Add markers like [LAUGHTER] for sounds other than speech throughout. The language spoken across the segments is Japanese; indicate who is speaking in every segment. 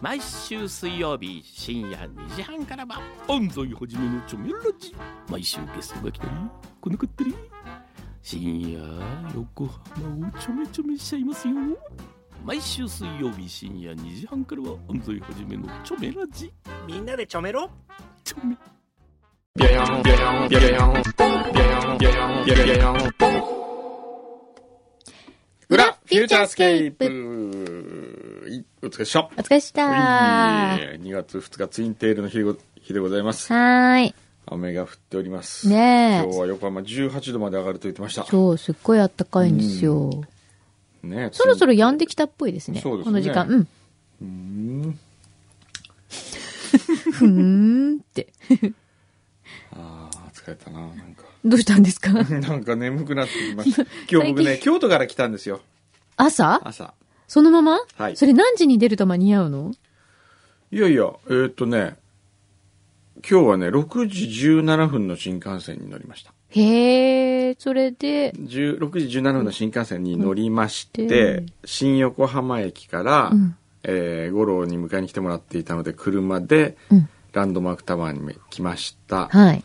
Speaker 1: 毎週水曜日深夜2時半からは安西はじめのチョメラジ毎週ゲストが来たり来なかったり深夜横浜をちょめちょめしちゃいますよ毎週水曜日深夜2時半からは安西はじめのチョメラジ
Speaker 2: みんなでちょめろ
Speaker 1: チョメ
Speaker 3: 裏フ
Speaker 4: フ
Speaker 3: ュ
Speaker 4: ュ
Speaker 3: ー
Speaker 4: ー
Speaker 3: チ
Speaker 4: チ
Speaker 3: ャ
Speaker 4: ャ
Speaker 3: ー
Speaker 4: ー
Speaker 3: ス
Speaker 4: ス
Speaker 3: ケ
Speaker 4: ケ
Speaker 3: ー
Speaker 4: ー
Speaker 3: プいお疲れっした
Speaker 4: お疲れっしたは
Speaker 3: えー2月2日ツインテールの日でご日でございます
Speaker 4: ーい。
Speaker 3: 雨が降っております
Speaker 4: ねえ
Speaker 3: 今日は横浜18度まで上がると言ってました
Speaker 4: そう、すっごいあったかいんですよ。
Speaker 3: ねえ
Speaker 4: そろそろ止んできたっぽいですね。
Speaker 3: そうですね
Speaker 4: この時間。うん。
Speaker 3: うん
Speaker 4: ふーんって。
Speaker 3: あー疲れたななんか
Speaker 4: どうしたん
Speaker 3: [LAUGHS]
Speaker 4: ですか
Speaker 3: なんか眠くなってきました
Speaker 4: [LAUGHS]
Speaker 3: 今日僕ね京都から来たんですよ
Speaker 4: 朝
Speaker 3: 朝
Speaker 4: そのまま
Speaker 3: はい
Speaker 4: それ何時に出ると間に合うの
Speaker 3: いやいやえーっとね今日はね6時17分の新幹線に乗りました
Speaker 4: へー、それで、
Speaker 3: 10 6時17分の新幹線に乗りまして、
Speaker 4: で
Speaker 3: 新横浜駅から、
Speaker 4: うん
Speaker 3: えー五郎に迎えに来てもらっていたので車で
Speaker 4: うん。
Speaker 3: ランドマークタワーに来ました、
Speaker 4: はい。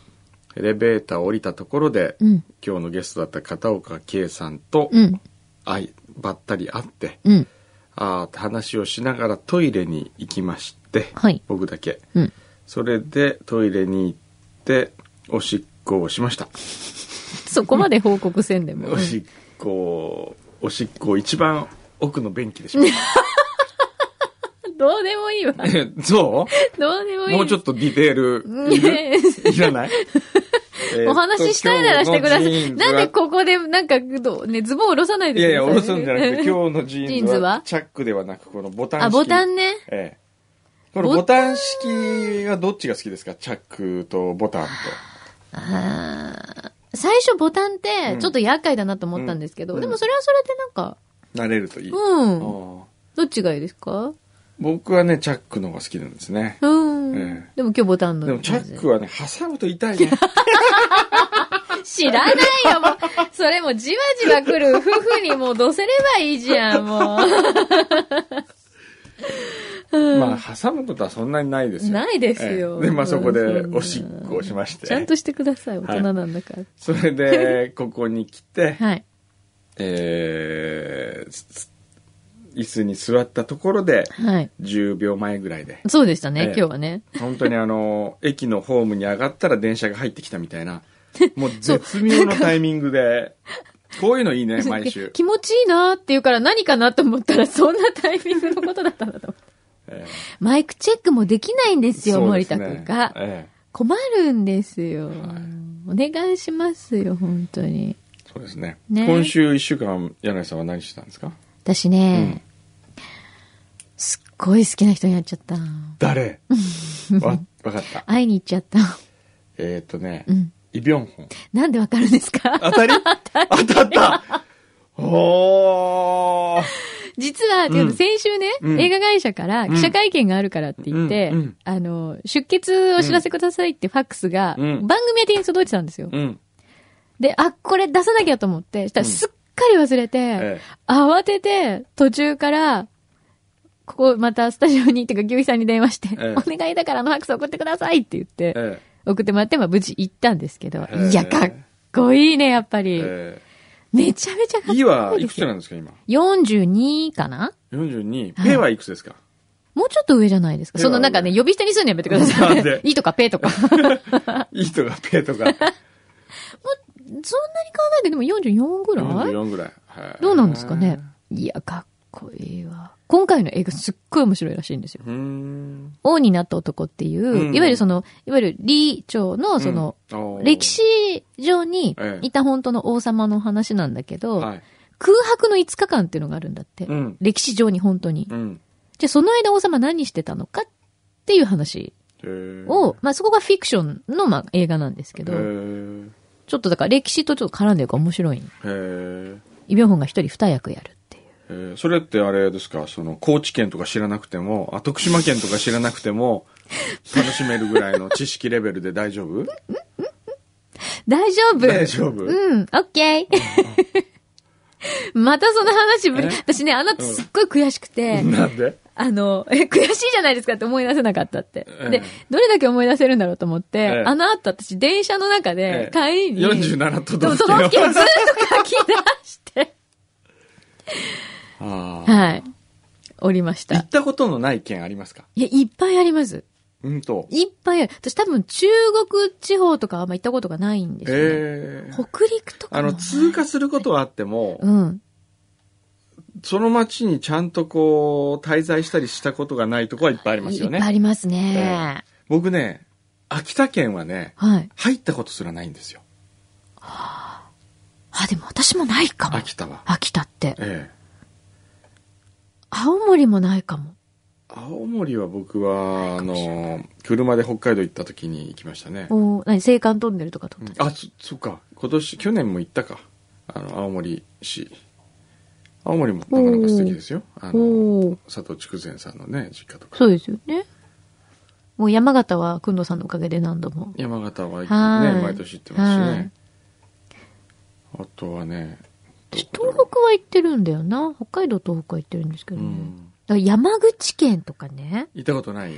Speaker 3: エレベーターを降りたところで、
Speaker 4: うん。
Speaker 3: 今日のゲストだった片岡圭さんと、
Speaker 4: うん。
Speaker 3: あいばったり会って
Speaker 4: うん。
Speaker 3: あーって話をしながらトイレに行きまして、
Speaker 4: はい
Speaker 3: 僕だけ
Speaker 4: うん。
Speaker 3: それでトイレに行っておしっこをしました
Speaker 4: そこまで報告せんでも。
Speaker 3: おしっこおしっこを一番奥の便器でしました
Speaker 4: どうでもいいわ。
Speaker 3: え [LAUGHS] そ
Speaker 4: どうでも
Speaker 3: う
Speaker 4: いい。
Speaker 3: もうちょっとディテールいる
Speaker 4: ね
Speaker 3: いら [LAUGHS] ない
Speaker 4: お話ししたいならしてください。なんで
Speaker 3: こ
Speaker 4: ここで、なんか、どうね、ズボン下ろさない
Speaker 3: い
Speaker 4: でく
Speaker 3: や
Speaker 4: ださい。
Speaker 3: いや、下ろすんじゃなくて、今日のジーン
Speaker 4: ジーン
Speaker 3: ズ
Speaker 4: ズ
Speaker 3: は
Speaker 4: は、
Speaker 3: チャックではなく、このボタン式。
Speaker 4: あ、ボタンね。
Speaker 3: ええ。このボタン式はどっちが好きですかチャックとボタンと。
Speaker 4: 最初ボタンっ
Speaker 3: う
Speaker 4: て
Speaker 3: ん、
Speaker 4: ちょっと厄介だなと思ったんですけど、
Speaker 3: うん
Speaker 4: でもそれはそれでなんか、
Speaker 3: 慣れるといい。あ
Speaker 4: うん。
Speaker 3: あ
Speaker 4: どっちがいいですか
Speaker 3: 僕はね、チャックの方が好きなんですね。
Speaker 4: うん。で
Speaker 3: え
Speaker 4: も今日ボタンの。
Speaker 3: でもチャックはね、挟むと痛いね。
Speaker 4: [LAUGHS] 知らないよ、もう。それもじわじわ来
Speaker 3: [LAUGHS]
Speaker 4: る夫婦にもうどせればいいじゃん、もう。
Speaker 3: まあ、挟むことはそんなにないですよ。
Speaker 4: ないですよ
Speaker 3: ええで、まあそこで
Speaker 4: うん
Speaker 3: おしっこをしまして。
Speaker 4: ちゃんとしてください、大人なんだから。
Speaker 3: それで、 [LAUGHS] ここに来て、
Speaker 4: はい。
Speaker 3: えーす椅子に座ったところで、
Speaker 4: はい。
Speaker 3: 10秒前ぐらいで、
Speaker 4: そうでしたね、
Speaker 3: ええ
Speaker 4: 今日はね。
Speaker 3: 本当にあ
Speaker 4: [LAUGHS]
Speaker 3: の、駅のホームに上がったら電車が入ってきたみたいな、もう絶妙のタイミングで、こういうのいいね、毎週。
Speaker 4: 気持ちいいなーって言うから何かなと思ったら、そんなタイミングのことだったんだと思って。
Speaker 3: ええ
Speaker 4: [LAUGHS] マイクチェックもできないんですよ、
Speaker 3: そうで
Speaker 4: 森
Speaker 3: すね
Speaker 4: 田くんが。
Speaker 3: ええ
Speaker 4: 困るんです
Speaker 3: い
Speaker 4: よ。お願いしますよ、本当に。
Speaker 3: そうですね。
Speaker 4: ね
Speaker 3: 今週1週間、柳井さんは何してたんですか
Speaker 4: 私ね、すっごい好きな人に会っちゃった。
Speaker 3: 誰わ、わかった。
Speaker 4: 会いに行っちゃった。
Speaker 3: えーっとね
Speaker 4: うん、
Speaker 3: イ・ビョンホン。
Speaker 4: なんでわかるんですか
Speaker 3: [LAUGHS] 当たり
Speaker 4: [LAUGHS]
Speaker 3: 当たったおー
Speaker 4: 実は、
Speaker 3: うん
Speaker 4: 先週ね、
Speaker 3: うん
Speaker 4: 映画会社から記者会見があるからって言って、
Speaker 3: うんうん
Speaker 4: あの、出血お知らせくださいってファックスが、
Speaker 3: うん
Speaker 4: 番組宛てに届いてたんですよ。
Speaker 3: うん。
Speaker 4: で、あ、これ出さなきゃと思って、したら
Speaker 3: うん
Speaker 4: すっかり忘れて、
Speaker 3: ええ
Speaker 4: 慌てて、途中から、ここまたスタジオに、ってか、牛肥さんに電話して、
Speaker 3: ええ
Speaker 4: お願いだからあのファックス送ってくださいって言っ
Speaker 3: え
Speaker 4: て、
Speaker 3: え
Speaker 4: 送ってもらって、まあ無事行ったんですけど、
Speaker 3: ええ
Speaker 4: いや、かっこいいね、やっぱり。
Speaker 3: え
Speaker 4: めちゃめちゃかっ
Speaker 3: え
Speaker 4: こい
Speaker 3: イはいい
Speaker 4: で
Speaker 3: く
Speaker 4: す
Speaker 3: つ
Speaker 4: よ。
Speaker 3: なんですか、今。
Speaker 4: 42かな
Speaker 3: 42。
Speaker 4: はい
Speaker 3: ペはいくつですか
Speaker 4: もうちょっと上じゃないですか。
Speaker 3: いや
Speaker 4: そのなんかね、呼び捨てにするのやめてくださ
Speaker 3: なん
Speaker 4: い
Speaker 3: で
Speaker 4: ね。いいとかペーとか。そんなに
Speaker 3: イとかペとか。
Speaker 4: 変わらないけど、でも44ぐらい
Speaker 3: 44ぐらい。はい
Speaker 4: どうなんですかね。いや、かっこいいわ。今回の映画すっごい面白いらしいんですよ。
Speaker 3: うーん。
Speaker 4: 王になった男っていう、
Speaker 3: うん
Speaker 4: いわゆるその、いわゆる李朝のその、
Speaker 3: うん、
Speaker 4: 歴史上に
Speaker 3: ええ
Speaker 4: いた本当の王様の話なんだけど、
Speaker 3: を。はい。
Speaker 4: 空白の5日間っていうのがあるんだって。
Speaker 3: うん。
Speaker 4: 歴史上に本当に。
Speaker 3: うん。
Speaker 4: じゃあその間王様何してたのかっていう話
Speaker 3: へー
Speaker 4: を、、まあそこがフィクションの、まあ、映画なんですけ
Speaker 3: へ
Speaker 4: ど、
Speaker 3: ー
Speaker 4: ちょっとだから歴史とちょっと絡んでるから面白い。
Speaker 3: へー
Speaker 4: イ・ビョンホンが一人二役やるっていう。
Speaker 3: えーそれってあれですか、その、高知県とか知らなくても、あ、徳島県とか知らなくて
Speaker 4: [LAUGHS]
Speaker 3: も、楽しめるぐらいの知識レベルで大丈夫
Speaker 4: 大丈夫
Speaker 3: 大丈夫
Speaker 4: うん、オッケーまたその話ぶり
Speaker 3: え
Speaker 4: 私ね、あの後すっごい悔しくて、
Speaker 3: なんで
Speaker 4: あの、え、悔しいじゃないですかって思い出せなかったって。
Speaker 3: ええ
Speaker 4: で、どれだけ思い出せるんだろうと思って、
Speaker 3: ええ
Speaker 4: あの後私電車の中で
Speaker 3: ええ
Speaker 4: 帰りに、
Speaker 3: 47都道府
Speaker 4: 都道府
Speaker 3: 県
Speaker 4: 県を
Speaker 3: を
Speaker 4: ずっと書き出して、
Speaker 3: [LAUGHS] ああ
Speaker 4: はい。おりまし
Speaker 3: [LAUGHS] 行
Speaker 4: た
Speaker 3: っ。たことのない県ありますか
Speaker 4: いや、いっぱいあります。
Speaker 3: うんと。
Speaker 4: いっぱいある。私多分中国地方とかあんま行ったことがないんですよ、ね。
Speaker 3: ええ
Speaker 4: 北陸とか
Speaker 3: あ
Speaker 4: も
Speaker 3: の、通過することはあっても、
Speaker 4: うん。
Speaker 3: その町にちゃんとこう、滞在したりしたことがないとこはいっぱいありますよ
Speaker 4: いっぱいあ
Speaker 3: ね。
Speaker 4: りますね。
Speaker 3: 僕ね、秋田県はね、
Speaker 4: はい。
Speaker 3: 入ったことすらないんですよ。
Speaker 4: あ、でも私もないかも。
Speaker 3: 秋田は。
Speaker 4: 秋田って。
Speaker 3: ええ。
Speaker 4: 青森もないかも。
Speaker 3: 青森は僕は、あの、車で北海道行った時に行きましたね。
Speaker 4: おー何青函トンネルとかとった、
Speaker 3: あ、そ、そっか。今年、去年も行ったか。あの、青森市。青森もなかなか素敵ですよ。あの、
Speaker 4: おー
Speaker 3: 佐藤筑前さんのね、実家とか。
Speaker 4: そうですよね。もう山形は、くんどさんのおかげで何度も。
Speaker 3: 山形はね、
Speaker 4: はい
Speaker 3: 毎年行ってますし
Speaker 4: はい
Speaker 3: ね。あとはね、ど
Speaker 4: 私、東
Speaker 3: こだろ
Speaker 4: 北は行ってるんだよな。北海道、東北は行ってるんですけ
Speaker 3: う
Speaker 4: ど
Speaker 3: う
Speaker 4: ね。
Speaker 3: ん。
Speaker 4: だから山口県とかね、
Speaker 3: 行ったことない。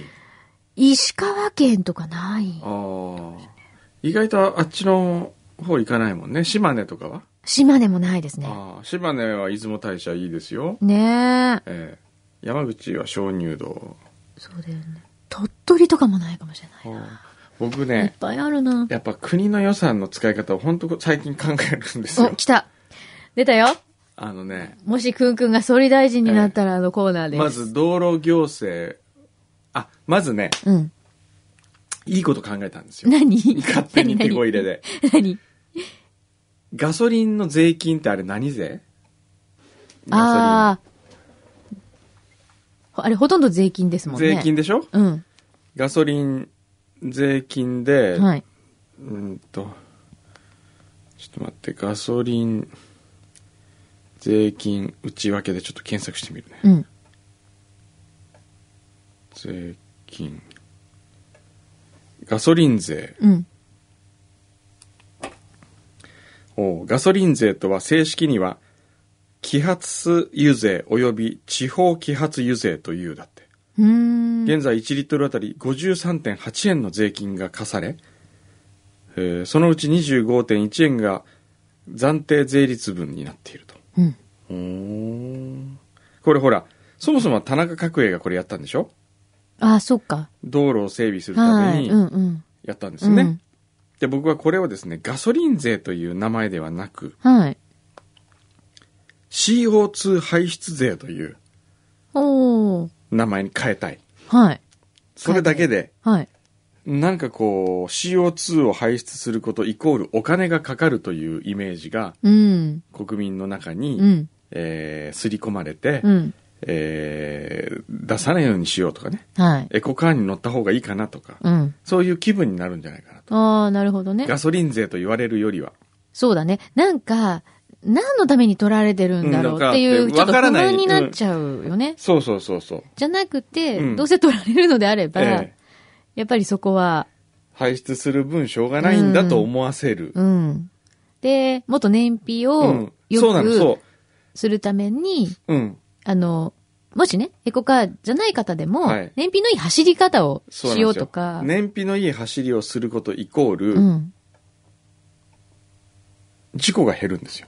Speaker 4: 石川県とかない。
Speaker 3: ああ。意外とあっちの方行かないもんね。島根とかは
Speaker 4: 島根もないですね。
Speaker 3: ああ、島根は出雲大社いいですよ。
Speaker 4: ねえ。
Speaker 3: ええ山口は鍾乳洞。
Speaker 4: そうだよね。鳥取とかもないかもしれないな。
Speaker 3: 僕
Speaker 4: いっ
Speaker 3: ね、
Speaker 4: ぱいあるな。
Speaker 3: やっぱ国の予算の使い方を本当最近考えるんです
Speaker 4: お、
Speaker 3: よ。
Speaker 4: 来た。出たよ。
Speaker 3: あのね、
Speaker 4: もしくんくんが総理大臣になったらあのコーナーです。
Speaker 3: まず道路行政、あ、まずね、
Speaker 4: うん。
Speaker 3: いいこと考えたんですよ。
Speaker 4: 何
Speaker 3: 勝手に手こ入れで。
Speaker 4: 何
Speaker 3: ガソリンの税金ってあれ何税ガ
Speaker 4: ああ。ほあれ、ほとんど税金ですも
Speaker 3: ソ
Speaker 4: んね。
Speaker 3: リン。税金でしょ
Speaker 4: うん。
Speaker 3: ガソリン税金で、
Speaker 4: はい。
Speaker 3: うーんと、ちょっと待って、ガソリン、税金内訳でちょっと検索してみるね。
Speaker 4: うん。
Speaker 3: 税金。ガソリン税。
Speaker 4: うん。
Speaker 3: おうガソリン税とは正式には、揮発油税及び地方揮発油税というだって。
Speaker 4: うーん。
Speaker 3: 現在1リットルあたり53.8円の税金が課され、えーそのうち25.1円が暫定税率分になっていると。
Speaker 4: うん。
Speaker 3: これほら、そもそも田中角栄がこれやったんでしょ
Speaker 4: ああ、そっか。
Speaker 3: 道路を整備するた
Speaker 4: は
Speaker 3: め
Speaker 4: い。
Speaker 3: に
Speaker 4: うんうん。
Speaker 3: やったんですよね。
Speaker 4: うん
Speaker 3: で、僕はこれをですね、ガソリン税という名前ではなく、
Speaker 4: はい。
Speaker 3: CO2 排出税という
Speaker 4: おー。
Speaker 3: 名前に変えたい。
Speaker 4: はい。
Speaker 3: それだけで、
Speaker 4: はい。
Speaker 3: なんかこう、CO2 を排出することイコールお金がかかるというイメージが
Speaker 4: うん。
Speaker 3: 国民の中に、
Speaker 4: うん。
Speaker 3: えー刷り込まれて、
Speaker 4: うん。
Speaker 3: えー出さないようにしようとかね、
Speaker 4: はい。
Speaker 3: エコカーに乗った方がいいかなとか、
Speaker 4: うん。
Speaker 3: そういう気分になるんじゃないかなと。
Speaker 4: ああ、なるほどね。
Speaker 3: ガソリン税と言われるよりは。
Speaker 4: そうだね。なんか、何のために取られてるんだろうっていう、
Speaker 3: うん
Speaker 4: ちょっ
Speaker 3: わ
Speaker 4: と不
Speaker 3: からない
Speaker 4: 安になっちゃうよね。
Speaker 3: そうそうそうそう。
Speaker 4: じゃなくて、
Speaker 3: うん
Speaker 4: どうせ取られるのであれば、
Speaker 3: ええ
Speaker 4: やっぱりそこは、
Speaker 3: 排出する分しょうがないんだと思わせる。
Speaker 4: うん。で、元燃費
Speaker 3: う
Speaker 4: を
Speaker 3: んそうな
Speaker 4: よ
Speaker 3: の、
Speaker 4: く
Speaker 3: そ
Speaker 4: するために、
Speaker 3: う。うん。
Speaker 4: あの、もしね、エコカーじゃない方でも、
Speaker 3: はい
Speaker 4: 燃費のいい走り方を
Speaker 3: そうなんで
Speaker 4: し
Speaker 3: す
Speaker 4: よ
Speaker 3: よ
Speaker 4: うとか、
Speaker 3: 燃費のいい走りをすることイコール、
Speaker 4: うん。
Speaker 3: 事故が減るんですよ。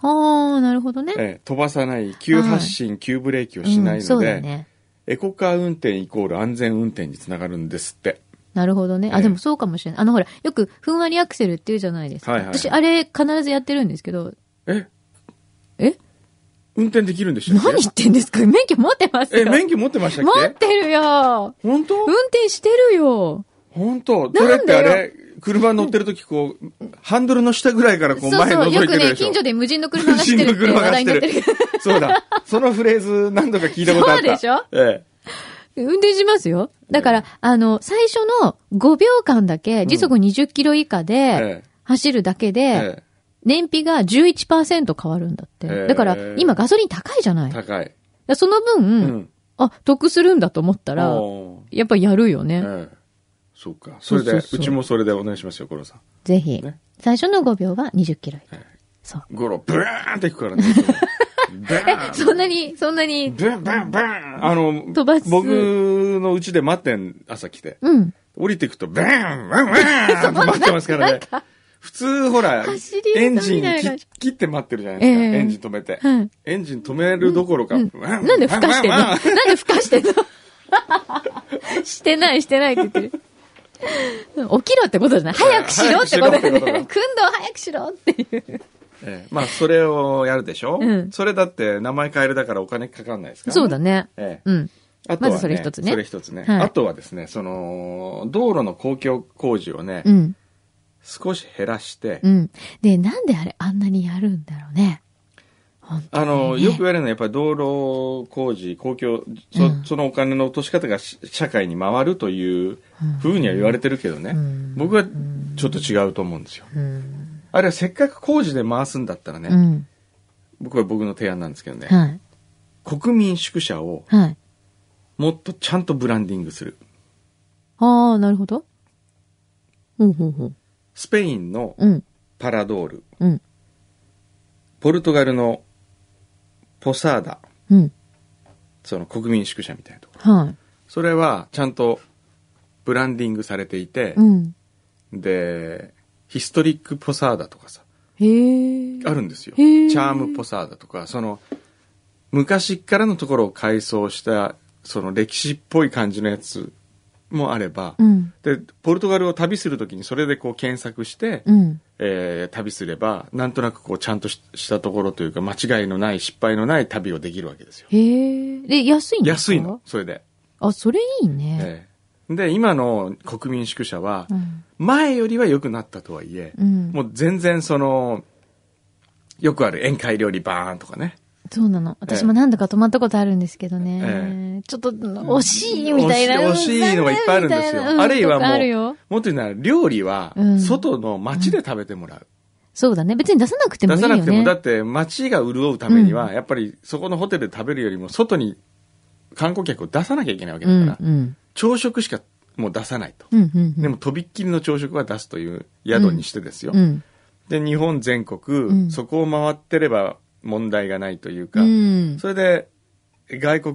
Speaker 4: ああ、なるほどね。
Speaker 3: ええ飛ばさない、急発進、急ブレーキをしな
Speaker 4: う
Speaker 3: い
Speaker 4: んそ
Speaker 3: の
Speaker 4: う
Speaker 3: で、
Speaker 4: だね。
Speaker 3: エコカー運転イコール安全運転につながるんですって。
Speaker 4: なるほどね。
Speaker 3: え
Speaker 4: あ、
Speaker 3: え
Speaker 4: でもそうかもしれない。あの、ほら、よく、ふんわりアクセルって言うじゃないですか。
Speaker 3: はいはいはい
Speaker 4: 私、あれ、必ずやってるんですけど、
Speaker 3: え
Speaker 4: え
Speaker 3: 運転できるんでしたっけ
Speaker 4: 何言ってんですか免許持ってますよ。
Speaker 3: え、免許持ってました
Speaker 4: 持
Speaker 3: っ
Speaker 4: っ
Speaker 3: け
Speaker 4: てるよ
Speaker 3: 本当
Speaker 4: 運転してるよ
Speaker 3: 本当そ
Speaker 4: だ
Speaker 3: れ
Speaker 4: よ
Speaker 3: ってあれ、車乗ってる時こう、ハンドルの下ぐらいからこ
Speaker 4: そう
Speaker 3: う前
Speaker 4: そ
Speaker 3: 覗
Speaker 4: う、よ
Speaker 3: いて
Speaker 4: く
Speaker 3: る
Speaker 4: ね、
Speaker 3: でしょ
Speaker 4: 近所で無人の
Speaker 3: [LAUGHS]
Speaker 4: 車が走ってるって話題になってるけど、
Speaker 3: そうだ。そのフレーズ何度か聞いたことあった。
Speaker 4: そうでしょ
Speaker 3: ええ。
Speaker 4: 運転しますよ。だから、あの、最初の5秒間だけ、時速20キロ以下で
Speaker 3: ええ、
Speaker 4: 走るだけで、
Speaker 3: え
Speaker 4: 燃費が11%変わるんだっ
Speaker 3: え
Speaker 4: て。
Speaker 3: え
Speaker 4: だから、今ガソリン高いじゃな
Speaker 3: え、
Speaker 4: いだか
Speaker 3: 高い。
Speaker 4: らその
Speaker 3: う
Speaker 4: 分、。あ、得するんだと思ったら、
Speaker 3: おー
Speaker 4: やっぱやるよね。
Speaker 3: ええ。そうか。それで、
Speaker 4: そうそうそう
Speaker 3: うちもそれでお願いしますよ、五郎さん。
Speaker 4: ぜひ。
Speaker 3: ね
Speaker 4: 最初の5秒は20キロ以下。
Speaker 3: え
Speaker 4: そう。
Speaker 3: 五郎、ブーンっていくからね。いつもバーン
Speaker 4: [LAUGHS] そんなに、そんなに、
Speaker 3: ブンブンブンあの、
Speaker 4: 飛ばす
Speaker 3: 僕の家で待ってん、朝来て。
Speaker 4: うん。
Speaker 3: 降りてくと、ブンブンブンって待ってますからね。普通、ほら
Speaker 4: 走り、出
Speaker 3: エ
Speaker 4: る
Speaker 3: ン
Speaker 4: の
Speaker 3: ジ
Speaker 4: み
Speaker 3: ン
Speaker 4: たいな
Speaker 3: 切切って待ってるじゃないですか。
Speaker 4: ええ
Speaker 3: エンジン止めて。
Speaker 4: はい
Speaker 3: エンジン止めるどころか、な
Speaker 4: [LAUGHS] なんでふかしてんのなん
Speaker 3: あ
Speaker 4: でふかしてんの [LAUGHS] してない、してないって言ってる。起きろってことじゃない早くしろってことだよね。
Speaker 3: 早くしろって
Speaker 4: くん
Speaker 3: こ
Speaker 4: ど早くしろっていう。
Speaker 3: まあ、それをやるでしょ、
Speaker 4: うん
Speaker 3: それだって、名前変えるだからお金かかんないですから、
Speaker 4: そうだね。
Speaker 3: ええ
Speaker 4: うん。
Speaker 3: あとは、ね、
Speaker 4: まずそれ一つね
Speaker 3: それ一つね
Speaker 4: はい
Speaker 3: あとはですね、その、道路の公共工事をね、
Speaker 4: うん。
Speaker 3: 少し減らして、
Speaker 4: うん。で、なんであれあんなにやるんだろうね。本当
Speaker 3: あの、
Speaker 4: ね
Speaker 3: よく言われるのは、やっぱり道路工事、公共、そ,、
Speaker 4: うん
Speaker 3: そのお金の落とし方がし社会に回るというふうには言われてるけどね、
Speaker 4: うん
Speaker 3: 僕はちょっと違うと思うんですよ。
Speaker 4: うん。
Speaker 3: あれはせっかく工事で回すんだったらね、
Speaker 4: うん。
Speaker 3: 僕は僕の提案なんですけどね、
Speaker 4: はい。
Speaker 3: 国民宿舎を
Speaker 4: はい。
Speaker 3: もっとちゃんとブランディングする。
Speaker 4: ああ、なるほど。うん、ほうほう。
Speaker 3: スペインの
Speaker 4: うん。
Speaker 3: パラドール、
Speaker 4: うん。
Speaker 3: ポルトガルのポサーダ、
Speaker 4: うん。
Speaker 3: その国民宿舎みたいなところ。
Speaker 4: は
Speaker 3: それはちゃんとブランディングされていて
Speaker 4: い。、うん。
Speaker 3: で、ヒストリックポサーダとかさ、
Speaker 4: へえ。
Speaker 3: あるんですよ。チ
Speaker 4: へー
Speaker 3: ャームポサーダとか、その、昔っからのところを改装した、その歴史っぽい感じのやつもあれば、
Speaker 4: うん。
Speaker 3: で、ポルトガルを旅するときにそれでこう検索して、
Speaker 4: うん。
Speaker 3: えー旅すれば、なんとなくこうちゃんとししたところというか、間違いのない、失敗のない旅をできるわけですよ。
Speaker 4: へえ。で、安いんです
Speaker 3: 安
Speaker 4: か
Speaker 3: いの、。それで。
Speaker 4: あ、それいいね。
Speaker 3: ええで、今の国民宿舎は
Speaker 4: う、ん。
Speaker 3: 前よりは良くなったとはいえ、
Speaker 4: うん。
Speaker 3: もう全然その、よくある宴会料理バーンとかね。
Speaker 4: そうなの。私も何度か泊まったことあるんですけどね。
Speaker 3: え
Speaker 4: ちょっと、惜しいみたいな。
Speaker 3: 惜しい惜しいのがいっぱいあるんですよ
Speaker 4: 残念みたな
Speaker 3: あるいはもう
Speaker 4: とかあるよ。
Speaker 3: もっと言うなら料理は
Speaker 4: うん、
Speaker 3: 外の街で食べてもらう。
Speaker 4: そうだね。別に出さなくてもい
Speaker 3: 出
Speaker 4: いよ
Speaker 3: さ
Speaker 4: ね。
Speaker 3: なくても、だって街が潤うためには、
Speaker 4: う
Speaker 3: やっぱりそこのホテルで食べるよりも、外に観光客を出さなきゃいけないわけ
Speaker 4: う
Speaker 3: だから、
Speaker 4: ん、うん。
Speaker 3: 朝食しかもう出さないと。
Speaker 4: うん、うん。
Speaker 3: でも、とびっきりの朝食は出すという宿にしてですよ。
Speaker 4: うん。
Speaker 3: で、日本全国、
Speaker 4: ん
Speaker 3: そこを回ってれば問題がないというか、
Speaker 4: うん。
Speaker 3: それで、外国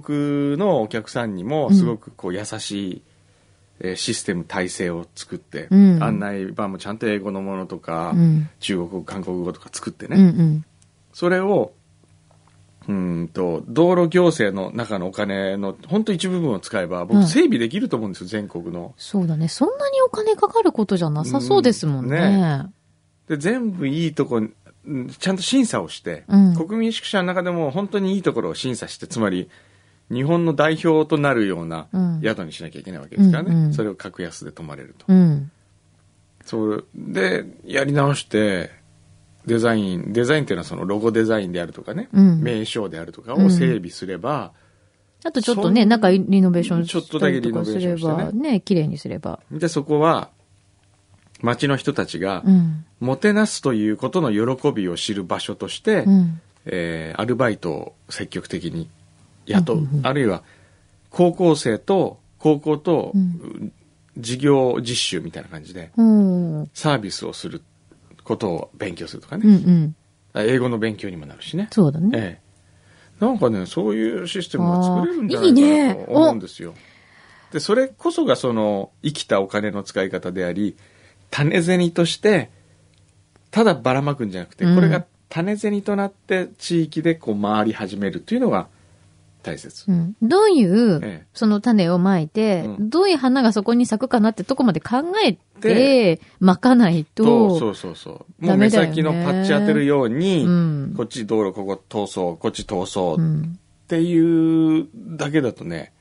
Speaker 3: のお客さんにも、すごくこう、優しい、えーシステム、体制を作って、
Speaker 4: うん
Speaker 3: 案内板もちゃんと英語のものとか、
Speaker 4: うん。
Speaker 3: 中国語、韓国語とか作ってね、
Speaker 4: うん、うん。
Speaker 3: それを、うーんと、道路行政の中のお金の、ほんと一部分を使えば、
Speaker 4: う
Speaker 3: 僕、
Speaker 4: ん
Speaker 3: 整備できると思うんですよ、全国の。
Speaker 4: そうだね。そんなにお金かかることじゃなさそうですもんね。
Speaker 3: うんで、全部いいとこ、んちゃんと審査をして、
Speaker 4: うん
Speaker 3: 国民宿舎の中でも本当にいいところを審査して、つまり、日本の代表となるような
Speaker 4: うん
Speaker 3: 宿にしなきゃいけないわけですからね。
Speaker 4: うんうん
Speaker 3: それを格安で泊まれると。
Speaker 4: うん。
Speaker 3: そう。で、やり直して、デザイン、デザインっていうのはそのロゴデザインであるとかね、
Speaker 4: うん
Speaker 3: 名称であるとかを整備すれば、
Speaker 4: あとちょっと
Speaker 3: そ
Speaker 4: ね、
Speaker 3: ん
Speaker 4: 中リノベーション
Speaker 3: ちょっとだけリノベーションしてね
Speaker 4: したりとかすればね、綺麗にすれば。
Speaker 3: で、そこは、町の人たちが
Speaker 4: う、ん。
Speaker 3: もてなすということの喜びを知る場所として、
Speaker 4: うん。
Speaker 3: えーアルバイトを積極的に雇う、
Speaker 4: うんうんうん
Speaker 3: あるいは高校生と高校と、
Speaker 4: う
Speaker 3: 事業実習みたいな感じで
Speaker 4: うん。うん
Speaker 3: サービスをすることを勉強するとか
Speaker 4: う
Speaker 3: ね、
Speaker 4: ん。
Speaker 3: 英語の勉強にもなるしね、
Speaker 4: そうだね。
Speaker 3: ええなんかねそういうシステムが作れるんじゃな
Speaker 4: あーいい
Speaker 3: いか
Speaker 4: ね
Speaker 3: なと思うんですよでそれこそがその生きたお金の使い方であり種銭としてただばらまくんじゃなくて、
Speaker 4: うん
Speaker 3: これが種銭となって地域でこう回り始めるというのが大切、
Speaker 4: うんどういう、
Speaker 3: ええ
Speaker 4: その種をまいて、
Speaker 3: うん
Speaker 4: どういう花がそこに咲くかなってとこまで考え
Speaker 3: で
Speaker 4: て、まかない
Speaker 3: と
Speaker 4: と、
Speaker 3: そうそうそうも
Speaker 4: ダ
Speaker 3: う
Speaker 4: メ
Speaker 3: 目
Speaker 4: だよね
Speaker 3: 先のパッチ当てるように、
Speaker 4: うん
Speaker 3: こっち道路ここ通そうこっち通そう
Speaker 4: う
Speaker 3: っ
Speaker 4: ん。
Speaker 3: ていうだけだとね、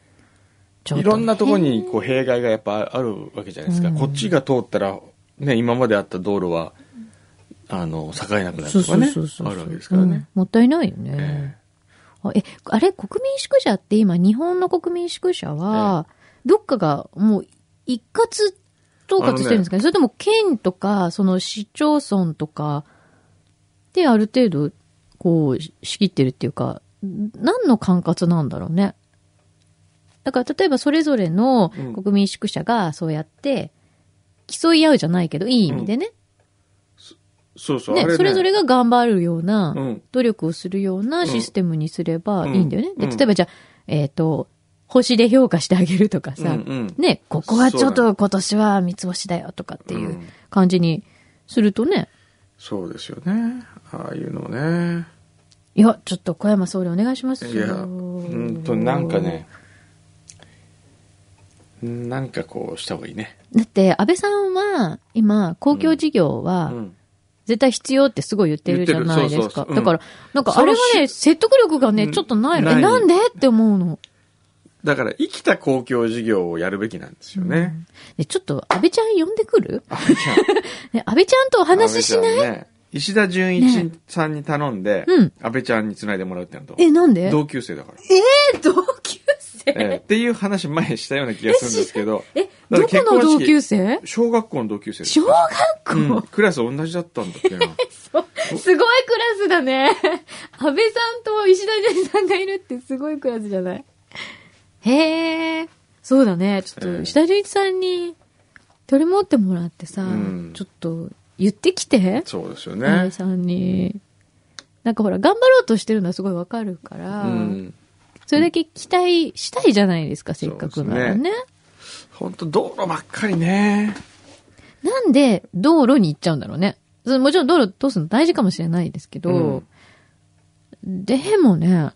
Speaker 4: ちょっ
Speaker 3: い
Speaker 4: ね
Speaker 3: ろんなとこにこう弊害がやっぱあるわけじゃないですか、
Speaker 4: うん
Speaker 3: こっちが通ったら、ね、今まであった道路はあの栄えなくなる
Speaker 4: そう
Speaker 3: とか
Speaker 4: そう
Speaker 3: ね
Speaker 4: そうそう
Speaker 3: あるわけですからね、
Speaker 4: うんもったいないよね。
Speaker 3: え
Speaker 4: あえ、あれ、国民宿舎って今、日本の国民宿舎は、どっかがもう一括統括してるんですかねそれとも県とか、その市町村とか、である程度、こう、し仕切ってるっていうか、ん何の管轄なんだろうね。だから、例えばそれぞれの
Speaker 3: うん
Speaker 4: 国民宿舎がそうやって、競い合うじゃないけど、いい意味でね。
Speaker 3: そうそう、あ
Speaker 4: ね、
Speaker 3: れ、ね、
Speaker 4: それぞれが頑張るような、
Speaker 3: うん
Speaker 4: 努力をするようなシステムにすればいいんだよね。
Speaker 3: うん
Speaker 4: で、例えばじゃあ、えっ、と、星で評価してあげるとか
Speaker 3: うん
Speaker 4: さ、
Speaker 3: うん
Speaker 4: ね、ここはちょっ
Speaker 3: そうだ
Speaker 4: と今年は三つ星だよとかっていううん感じにするとね、
Speaker 3: そうですよねああいうのね
Speaker 4: いや、ちょっと小山総理お願いしますよ。
Speaker 3: いやうんとなんかねなんかこうした方がいいね
Speaker 4: だって、安倍さんは、今、公共事業
Speaker 3: う
Speaker 4: は、
Speaker 3: ん
Speaker 4: 絶対必要ってすごい言ってるじゃないです
Speaker 3: 言ってるそうそう
Speaker 4: か。
Speaker 3: そううん
Speaker 4: だから、なんかあれは
Speaker 3: その
Speaker 4: ね、説得力がね、ちょっとないの。
Speaker 3: ない
Speaker 4: え、なんでって思うの。
Speaker 3: だから生きた公共事業をやるべきなんですよね、
Speaker 4: ねちょっと、安倍ちゃん呼んでくる
Speaker 3: あじ
Speaker 4: [LAUGHS]
Speaker 3: ゃあ
Speaker 4: ね、安倍ちゃんとお話ししない
Speaker 3: 安倍ちゃんね、石田純一さんに頼んで、
Speaker 4: うん
Speaker 3: 安倍ちゃんにつないでもらうってのと
Speaker 4: え、なんで
Speaker 3: 同級生だから、
Speaker 4: え、 [LAUGHS] 同級生
Speaker 3: ええっていう話前したような気がするんですけど
Speaker 4: え、
Speaker 3: だから
Speaker 4: ど
Speaker 3: 結
Speaker 4: こ
Speaker 3: 婚
Speaker 4: の
Speaker 3: 式
Speaker 4: 同級生
Speaker 3: 小学校の同級生です
Speaker 4: 小学校、
Speaker 3: うんクラス同じだったんだって
Speaker 4: [LAUGHS]
Speaker 3: な
Speaker 4: そう [LAUGHS] すごいクラスだね。安倍さんと石田純一さんがいるってすごいクラスじゃないへえ。そうだね。ちょっ
Speaker 3: え
Speaker 4: と、
Speaker 3: え
Speaker 4: 石田純一さんに取り持ってもらってさ、
Speaker 3: うん
Speaker 4: ちょっと言ってきて、
Speaker 3: そうですよ
Speaker 4: 安倍
Speaker 3: ね
Speaker 4: さんに。なんかほら、頑張ろうとしてるのはすごいわかるから、
Speaker 3: うん
Speaker 4: それだけ期待したいじゃないですか、せっかくなら
Speaker 3: そう
Speaker 4: ね。
Speaker 3: 本当道路ばっかりね
Speaker 4: なんで道路に行っちゃうんだろうね。そのもちろん道路通すの大事かもしれないですけど、でもね、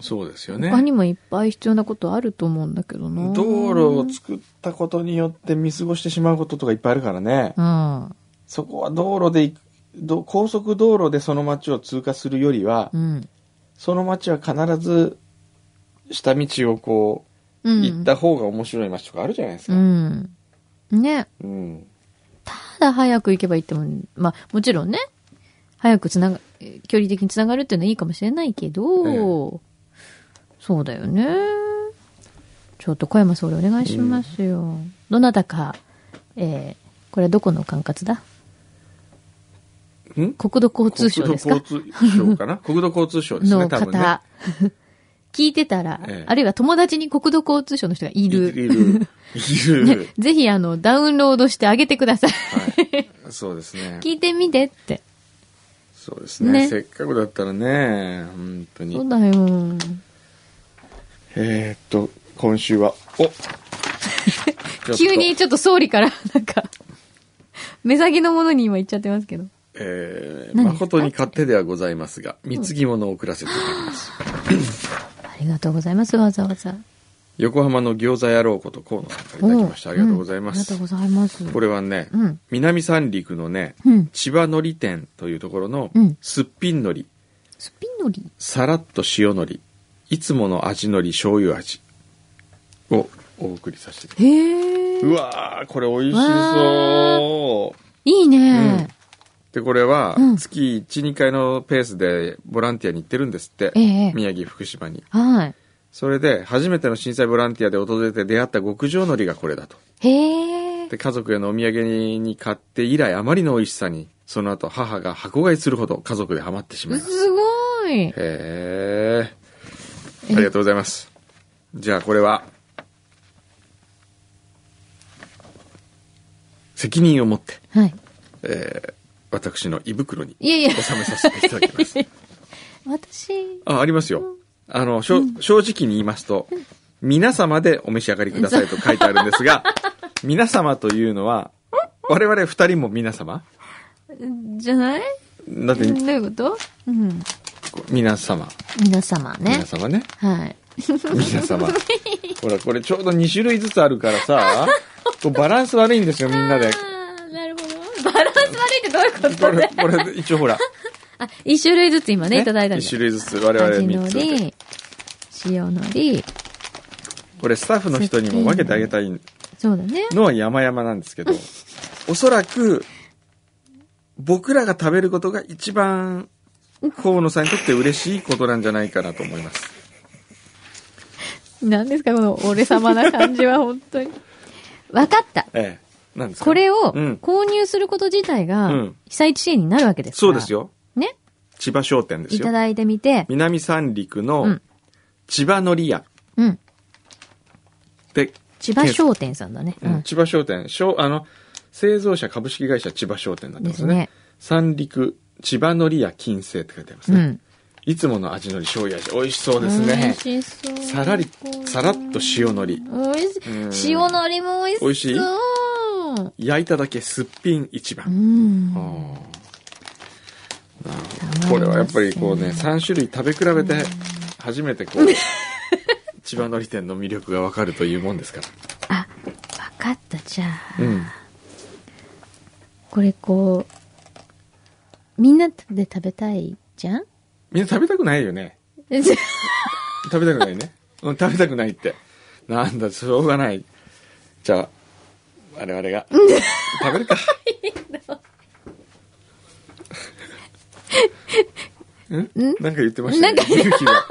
Speaker 3: そうですよね
Speaker 4: 他にもいっぱい必要なことあると思うんだけどな。
Speaker 3: 道路を作ったことによって見過ごしてしまうこととかいっぱいあるからね、
Speaker 4: うん。
Speaker 3: そこは道路で行くど高速道路でその町を通過するよりは、
Speaker 4: うん。
Speaker 3: その町は必ず下道をこ
Speaker 4: う。
Speaker 3: うん行った方が面白い町とかあるじゃないですか、
Speaker 4: うん。ね。
Speaker 3: うん
Speaker 4: ただ早く行けば行っても、まあもちろんね、早くつなが、距離的につながるっていうのはいいかもしれないけど、そうだよね。ちょっと小山総理お願いしますよ。どなたか、えー、これはどこの管轄だ
Speaker 3: ん
Speaker 4: 国土交通省ですか
Speaker 3: 国土交通省か
Speaker 4: [LAUGHS]
Speaker 3: な国土交通省ですね、
Speaker 4: の
Speaker 3: 多分ね
Speaker 4: 方。。 [LAUGHS] 聞いてたら、
Speaker 3: ええ
Speaker 4: あるいは友達に国土交通省の人がい
Speaker 3: い
Speaker 4: る。
Speaker 3: いる。い
Speaker 4: [LAUGHS]
Speaker 3: る。
Speaker 4: ね、ぜひあの、ダウンロードしてあげてください。
Speaker 3: はい。そうですね。
Speaker 4: [LAUGHS] 聞いてみてって。
Speaker 3: そうですね
Speaker 4: ね
Speaker 3: せっかくだったらね、本当
Speaker 4: そう
Speaker 3: に。
Speaker 4: だよ。
Speaker 3: えー、っと、今週は、
Speaker 4: [LAUGHS]
Speaker 3: お
Speaker 4: 急に。ちょっと総理から、なんか、目先のものに今言っちゃってますけ
Speaker 3: ち
Speaker 4: ど。
Speaker 3: ょっとえー、
Speaker 4: 何ですか
Speaker 3: 誠に勝手ではございますが、貢ぎ物を送らせていただきます。
Speaker 4: ありがとうございます、わざわざ。
Speaker 3: 横浜の餃子野郎こと河野さんからいただきました。ありがとうございま
Speaker 4: うんありがと
Speaker 3: す
Speaker 4: う。ございます。
Speaker 3: これはね、
Speaker 4: うん
Speaker 3: 南三陸のね、
Speaker 4: うん。
Speaker 3: 千葉のり店というところの
Speaker 4: うん
Speaker 3: すっぴんのり、
Speaker 4: スピノリ
Speaker 3: さらっと塩のり、いつもの味のり醤油味をお送りさせていただきます
Speaker 4: へえ。
Speaker 3: うわー、これ美味しそう。
Speaker 4: いいね。
Speaker 3: で、これは
Speaker 4: うん
Speaker 3: 月1、2回のペースでボランティアに行ってるんですって。
Speaker 4: ええ
Speaker 3: 宮城、福島に。
Speaker 4: はい。
Speaker 3: それで、初めての震災ボランティアで訪れて出会った極上海苔がこれだと。
Speaker 4: へえ。
Speaker 3: で、家族へのお土産に買って以来、あまりの美味しさに、その後母が箱買いするほど家族でハマってしまいます。
Speaker 4: すごい。
Speaker 3: へえ。ありがとうございます。じゃあこれは、責任を持って、
Speaker 4: はい。
Speaker 3: えー私の胃袋に
Speaker 4: いやいや、
Speaker 3: 収めさせていただきます。
Speaker 4: 私、
Speaker 3: あ、ありますよ。あの、しょ正直に言いますと、皆様でお召し上がりくださいと書いてあるんですが、皆様というのは、我々二人も皆様
Speaker 4: じゃない
Speaker 3: だっ
Speaker 4: どう
Speaker 3: て、
Speaker 4: いうことうん。
Speaker 3: 皆様、
Speaker 4: 皆様ね
Speaker 3: 皆。様ね。
Speaker 4: はい。
Speaker 3: 皆様。ほら、これちょうど2種類ずつあるからさ、
Speaker 4: [LAUGHS]
Speaker 3: こうバランス悪いんですよ、みんなで。
Speaker 4: あーなるほど。バランス悪いってどういうこと
Speaker 3: これ、これ、一
Speaker 4: [LAUGHS]
Speaker 3: 応ほら。
Speaker 4: あ、一種類ずつ今ね、いただいたんで
Speaker 3: 一
Speaker 4: す
Speaker 3: 種。類ずつ、我々
Speaker 4: 味
Speaker 3: 3
Speaker 4: の
Speaker 3: つで。
Speaker 4: り、塩のり、
Speaker 3: これ、スタッフの人にも分けてあげたい
Speaker 4: そうだね。
Speaker 3: のは山々なんですけど、おそらく、僕らが食べることが一番、河野さんにとって嬉しいことなんじゃないかなと思います。
Speaker 4: 何ですか、この俺様な感じは、本当に。 [LAUGHS] わかった。
Speaker 3: ええ。なんですか
Speaker 4: これを
Speaker 3: うん
Speaker 4: 購入すること自体
Speaker 3: う
Speaker 4: が
Speaker 3: ん、
Speaker 4: 被災地支援になるわけですか
Speaker 3: そ
Speaker 4: ら。
Speaker 3: うです。よ。
Speaker 4: ね。
Speaker 3: 千葉商店で
Speaker 4: い
Speaker 3: す
Speaker 4: た
Speaker 3: よ。
Speaker 4: だいてみて、
Speaker 3: 南三陸
Speaker 4: う
Speaker 3: の
Speaker 4: ん
Speaker 3: 千葉のり屋
Speaker 4: うん。
Speaker 3: で、
Speaker 4: 千葉商店さんだね。
Speaker 3: うん千葉商店、しょうあの、製造者株式会社千葉商店だったん
Speaker 4: で
Speaker 3: です
Speaker 4: す
Speaker 3: ね。
Speaker 4: ね。
Speaker 3: 三陸千葉のりや金星って書いてあります
Speaker 4: う
Speaker 3: ね、
Speaker 4: ん。
Speaker 3: いつもの味のり醤油味美味しそう
Speaker 4: 美
Speaker 3: ですね
Speaker 4: 味しそう。
Speaker 3: さらりさらっと塩のり
Speaker 4: 美味し
Speaker 3: うん
Speaker 4: い。塩のりも美味しそう。
Speaker 3: 焼いただけすっぴん一
Speaker 4: う
Speaker 3: 番、
Speaker 4: ん。
Speaker 3: あーなるほどこれはやっぱりこうね3種類食べ比べて初めてこう千葉のり店の魅力がわかるというもんですから
Speaker 4: あ、わかった。じゃあ、
Speaker 3: うん
Speaker 4: これこう、みんなで食べたい
Speaker 3: [LAUGHS]
Speaker 4: じゃん
Speaker 3: みんな食べたくないよね食べたくないね、 [LAUGHS] うん、食べたくないってなんだしょうがないじゃあ我々
Speaker 4: [LAUGHS]
Speaker 3: が食べるかんなんか言ってましたね勇気が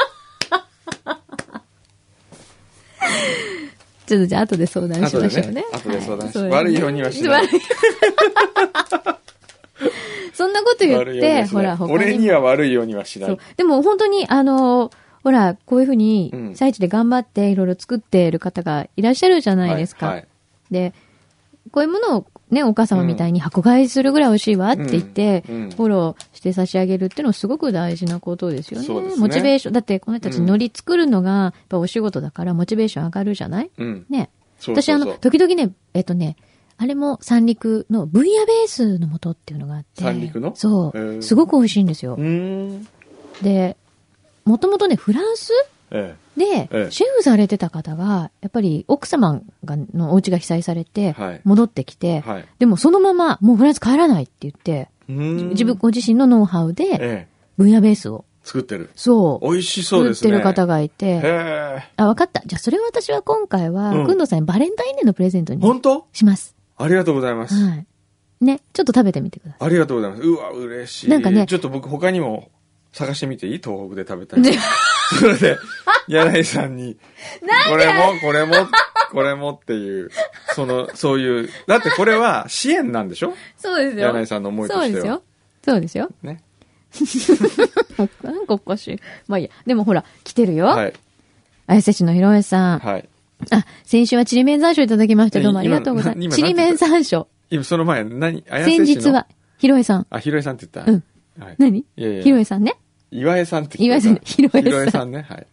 Speaker 4: ちょっとじゃあ後で相談し
Speaker 3: 後で
Speaker 4: ましょう
Speaker 3: ね
Speaker 4: ね。
Speaker 3: 後で相談し
Speaker 4: は
Speaker 3: 悪いようにはしない
Speaker 4: 悪いそんなこと言っ
Speaker 3: 悪いように
Speaker 4: て、
Speaker 3: はし
Speaker 4: ほ
Speaker 3: ない
Speaker 4: ら、他に。
Speaker 3: 俺には悪いようにはしな
Speaker 4: そう
Speaker 3: い。
Speaker 4: でも本当に、あの、ほら、こういうふうに
Speaker 3: う、ん
Speaker 4: 最地で頑張っていろいろ作っている方がいらっしゃるじゃないですか。
Speaker 3: はいはい
Speaker 4: で、こういうものをね、お母様みたいに箱買いするぐらい美味しいわって言って、
Speaker 3: うんうん
Speaker 4: フォローして差し上げるっていうのはすごく大事なことですよね。
Speaker 3: そうですね
Speaker 4: モチベーション。だってこの人たち海苔作るのが、やっぱお仕事だからモチベーション上がるじゃない
Speaker 3: うん
Speaker 4: ね。
Speaker 3: そうそうそう
Speaker 4: 私あの、時々ね、えっとね、あれも三陸のブイヤベースの素っていうのがあって。
Speaker 3: 三陸の
Speaker 4: そ
Speaker 3: へー
Speaker 4: う。すごく美味しいんですよ
Speaker 3: う。ーん
Speaker 4: で、もともとね、フランス
Speaker 3: え
Speaker 4: で
Speaker 3: ええ、
Speaker 4: シェフされてた方が、やっぱり奥様がのお家が被災されて
Speaker 3: はい、
Speaker 4: 戻ってき
Speaker 3: え
Speaker 4: て、
Speaker 3: はい
Speaker 4: でもそのまま、もうフランス帰らないって言って、
Speaker 3: うーん
Speaker 4: 自分ご自身のノウハウで、
Speaker 3: ええ
Speaker 4: 分野ベースを、
Speaker 3: 作ってる
Speaker 4: そう、
Speaker 3: 美味しそうですね
Speaker 4: 作ってる方がいて、
Speaker 3: へえ
Speaker 4: あ、わかった。じゃあそれを私は今回は、
Speaker 3: うん
Speaker 4: くんどうさんにバレンタインデーのプレゼントに
Speaker 3: 本当
Speaker 4: します。
Speaker 3: ありがとうございます、
Speaker 4: はい。ね、ちょっと食べてみてくださ
Speaker 3: ありがとうございます。うわ、嬉しい。
Speaker 4: なんかね
Speaker 3: ちょっと僕他にも探してみていい東北で食べたい。それで、柳井さんに、これも、これも、これもっていう、その、そういう、だってこれは支援なんでしょ
Speaker 4: い。 [LAUGHS] そうです
Speaker 3: 柳井さんの思いと
Speaker 4: そう
Speaker 3: し
Speaker 4: です
Speaker 3: ては
Speaker 4: よ。。そうですよ。
Speaker 3: ね。
Speaker 4: なんかおかしい。まあいいや。でもほら、来てるよ。
Speaker 3: はい。
Speaker 4: 綾瀬市の広江さん。
Speaker 3: はい。
Speaker 4: あ、先週はちりめん山椒いただきまして、どうもありがとうござい
Speaker 3: 今
Speaker 4: ま
Speaker 3: 今
Speaker 4: す。ちりめん山椒。
Speaker 3: 今、その前、何、綾瀬市
Speaker 4: 先
Speaker 3: の
Speaker 4: 日は。、広江さん。
Speaker 3: あ、ひろえさんって言った。うん。はい、
Speaker 4: 何
Speaker 3: いやいや
Speaker 4: 広江さんね。
Speaker 3: 岩江さんって
Speaker 4: 岩江さん
Speaker 3: ひろ
Speaker 4: 広江さん
Speaker 3: えさんね。はい。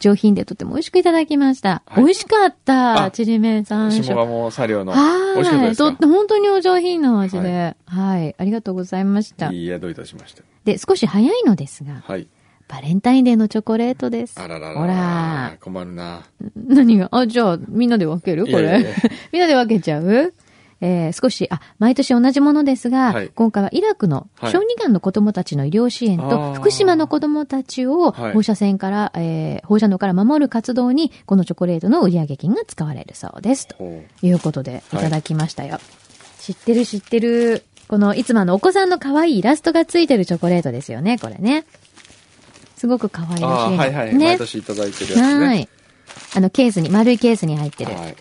Speaker 4: 上品でとても美味しくいただきました。
Speaker 3: はい
Speaker 4: 美味しかっ
Speaker 3: あ
Speaker 4: た。ちりめん山
Speaker 3: 下
Speaker 4: 椒。
Speaker 3: 鴨作業の。美味しかった
Speaker 4: は
Speaker 3: で
Speaker 4: い。とっ
Speaker 3: す
Speaker 4: て本当にお上品なお味で。はい。ありがとうございまし
Speaker 3: か
Speaker 4: た。
Speaker 3: いい宿いたしまして。
Speaker 4: で、少し早いのですが、
Speaker 3: はい。
Speaker 4: バレンタインデーのチョコレートです。
Speaker 3: あらららら。
Speaker 4: ほら。
Speaker 3: 困るな。
Speaker 4: 何があ、じゃあ、みんなで分ける
Speaker 3: い
Speaker 4: こ
Speaker 3: やいやいや
Speaker 4: れ。 [LAUGHS] みんなで分けちゃうえー少し、あ、毎年同じものですが、
Speaker 3: はい
Speaker 4: 今回はイラクの
Speaker 3: はい
Speaker 4: 小児がんの子供たちの医療支援
Speaker 3: あ
Speaker 4: と、
Speaker 3: ー
Speaker 4: 福島の子供たちを
Speaker 3: はい
Speaker 4: 放射線から、えー放射能から守る活動に、このチョコレートの売上金が使われるそうです。と
Speaker 3: ほう
Speaker 4: いうことで、い
Speaker 3: はい
Speaker 4: ただきましたよ。知ってる知ってる。この、いつもあの、お子さんの可愛いイラストがついてるチョコレートですよね、これね。すごく可愛らしい。
Speaker 3: ああ、はいはい。
Speaker 4: ね
Speaker 3: 毎年いただいてるやつね。
Speaker 4: はい。あの、ケースに、丸いケースに入ってる。
Speaker 3: はい。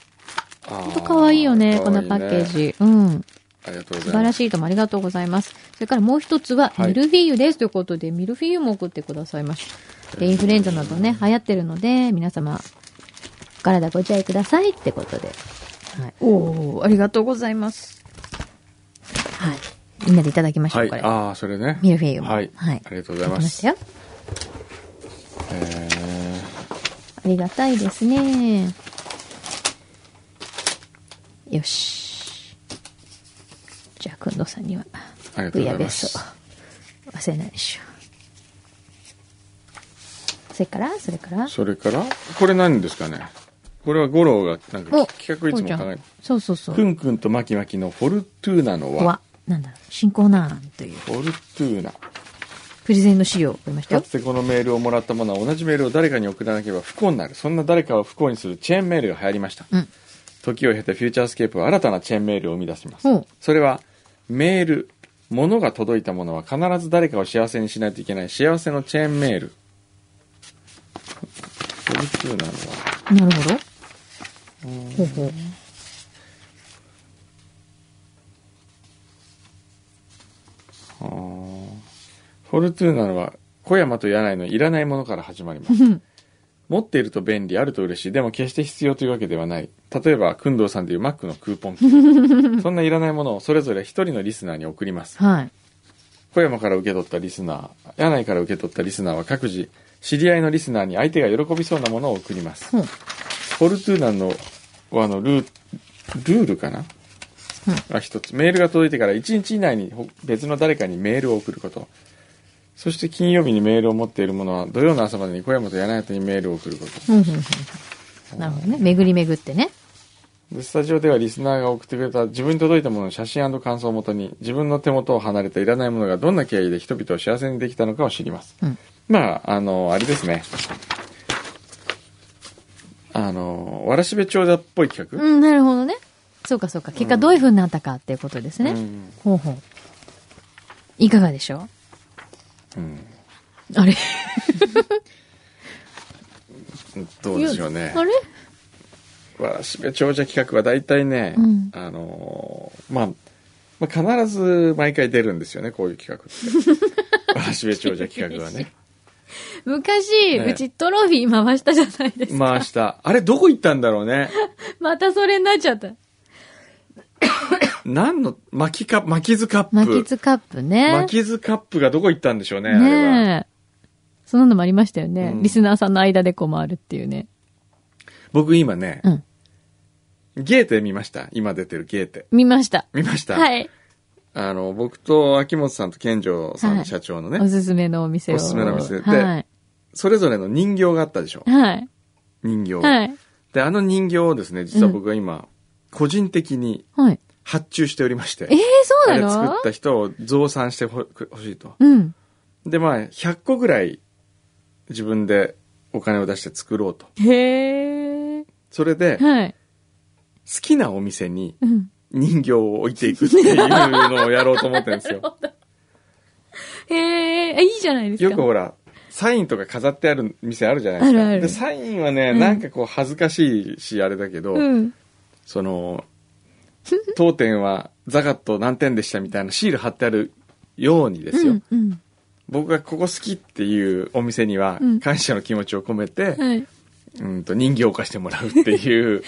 Speaker 3: ほ
Speaker 4: ほんと可愛いよね、このパッケー。ジ。うん。
Speaker 3: ありがとうござ
Speaker 4: 素晴
Speaker 3: いま
Speaker 4: ら
Speaker 3: す。
Speaker 4: しいともありがとうございます。それからもう一つは、
Speaker 3: はい
Speaker 4: ミルフィーユです。ということで、ミルフィーユも送ってくださいました。で、インフルエンザなどね、流行ってるので、皆様、お体ご自愛くださいってことで。はい。おー、ありがとうございます。はい。みんなでいただきましょう、
Speaker 3: はい。
Speaker 4: これ。
Speaker 3: ああ、それね。
Speaker 4: ミルフィーユも。
Speaker 3: はい。
Speaker 4: はい。
Speaker 3: ありがとうございます。
Speaker 4: いただきましたよ。
Speaker 3: え
Speaker 4: ありがたいですね。よし。じゃあ、くんどうさんには、
Speaker 3: ありがとう
Speaker 4: ブイ
Speaker 3: ござ
Speaker 4: ヤ
Speaker 3: い
Speaker 4: ベー
Speaker 3: ます
Speaker 4: スを忘れないでしょ。それから、それから
Speaker 3: ー、、それから、これ何ですかね。これは五郎が、なんか企画い
Speaker 4: こ
Speaker 3: つ
Speaker 4: うちゃ
Speaker 3: も考え
Speaker 4: ん
Speaker 3: て。
Speaker 4: そうそうそう。
Speaker 3: くんくんとまきまきのフォルトゥーナの輪。
Speaker 4: は、なんだろう、新コーナーという、
Speaker 3: フォルトゥーナ。
Speaker 4: プレゼンの資料を送りました
Speaker 3: か
Speaker 4: よ
Speaker 3: つ。てこのメールをもらったものは同じメールを誰かに送らなければ不幸になるそんな誰かを不幸にするチェーンメールが流行りました、
Speaker 4: うん
Speaker 3: 時を経てフューチャースケープは新たなチェーンメールを生み出します、
Speaker 4: ほう
Speaker 3: それはメール物が届いたものは必ず誰かを幸せにしないといけない幸せのチェーンメールフォルトゥーナのは
Speaker 4: なるほど。ほうほう。
Speaker 3: あーフォルトゥーナのは小山と柳井のいらないものから始まります
Speaker 4: うん
Speaker 3: 持っていると便利、あると嬉しい。でも決して必要というわけではない。例えば、くんどうさ
Speaker 4: [LAUGHS]
Speaker 3: んでいうマックのクーポン券。そんないらないものをそれぞれ一人のリスナーに送ります。
Speaker 4: はい。
Speaker 3: 小山から受け取ったリスナー、柳井から受け取ったリスナーは各自、知り合いのリスナーに相手が喜びそうなものを送ります。
Speaker 4: うん
Speaker 3: フォルトゥーナのあのルールールかな、が一つメールが届いてから1日以内にほ別の誰かにメールを送ることそして金曜日にメールを持っているものは土曜の朝までに小山と柳田にメールを送ること
Speaker 4: うんうんうん。なるほどね。巡り巡ってね。
Speaker 3: でスタジオではリスナーが送ってくれた自分に届いたものの写真感想をもとに自分の手元を離れていらないものがどんな経緯で人々を幸せにできたのかを知ります、
Speaker 4: うん
Speaker 3: まああのあれですねあのわらしべ長者っぽい企画、
Speaker 4: うん、なるほどね。そうかそうか。結果どういう風になったかっていうことですね。
Speaker 3: うん
Speaker 4: ほうほう。いかがでしょ
Speaker 3: うん
Speaker 4: うあれ
Speaker 3: どうでしょうね
Speaker 4: [LAUGHS] あれ
Speaker 3: わらしべ長者企画は大体ね、
Speaker 4: うん
Speaker 3: あのーまあ、まあ、必ず毎回出るんですよね、こういう企画
Speaker 4: [LAUGHS]
Speaker 3: って。わらしべ長者企画はね。
Speaker 4: 昔、
Speaker 3: ね
Speaker 4: うちトロフィー回したじゃないですか。
Speaker 3: 回した。あれ、どこ行ったんだろうね。
Speaker 4: またそれになっちゃった。
Speaker 3: 何の、巻きか、巻き図カップ。
Speaker 4: マキツカップね。
Speaker 3: 巻き図カップがどこ行ったんでしょうね、あれは。
Speaker 4: ねえ。そんなのもありましたよね。
Speaker 3: うん
Speaker 4: リスナーさんの間でこう回るっていうね。
Speaker 3: 僕今ね、
Speaker 4: うん。
Speaker 3: ゲーテ見ました。今出てるゲーテ。
Speaker 4: 見ました。
Speaker 3: 見ました。
Speaker 4: はい。
Speaker 3: あの、僕と秋元さんと健城さん、
Speaker 4: はい
Speaker 3: 社長の
Speaker 4: お
Speaker 3: ね、
Speaker 4: すすめのお店を。
Speaker 3: おすすめのお店で
Speaker 4: はい。
Speaker 3: それぞれの人形があったでしょ。
Speaker 4: はい。
Speaker 3: 人形。
Speaker 4: はい。
Speaker 3: で、あの人形をですね、実は僕が今、個人的に
Speaker 4: はい。
Speaker 3: 発注しておりまして
Speaker 4: ええ、そう
Speaker 3: あ
Speaker 4: な
Speaker 3: れ
Speaker 4: の
Speaker 3: 作った人を増産してほほしいと。
Speaker 4: うん。
Speaker 3: で、まあ、100個ぐらい自分でお金を出して作ろうと。
Speaker 4: へえ。
Speaker 3: それで、好
Speaker 4: はい。
Speaker 3: きなお店に
Speaker 4: うん。
Speaker 3: 人形を置いていくっていうのをやろうと思ってるんです
Speaker 4: [LAUGHS]
Speaker 3: よ。
Speaker 4: へえ、えいいじゃないです
Speaker 3: よく
Speaker 4: か。
Speaker 3: ほら、サインとか飾ってある店あるじゃないですか。
Speaker 4: あるある
Speaker 3: で、サインはね、
Speaker 4: うん
Speaker 3: なんかこう恥ずかしいし、あれだけど、
Speaker 4: うん。
Speaker 3: その、当店はザガット何点でしたみたいなシール貼ってあるようにですよ。
Speaker 4: うん。うん。
Speaker 3: 僕がここ好きっていうお店には
Speaker 4: うん
Speaker 3: 感謝の気持ちを込めて、
Speaker 4: はい。
Speaker 3: うん、と人形を貸してもらうっていう。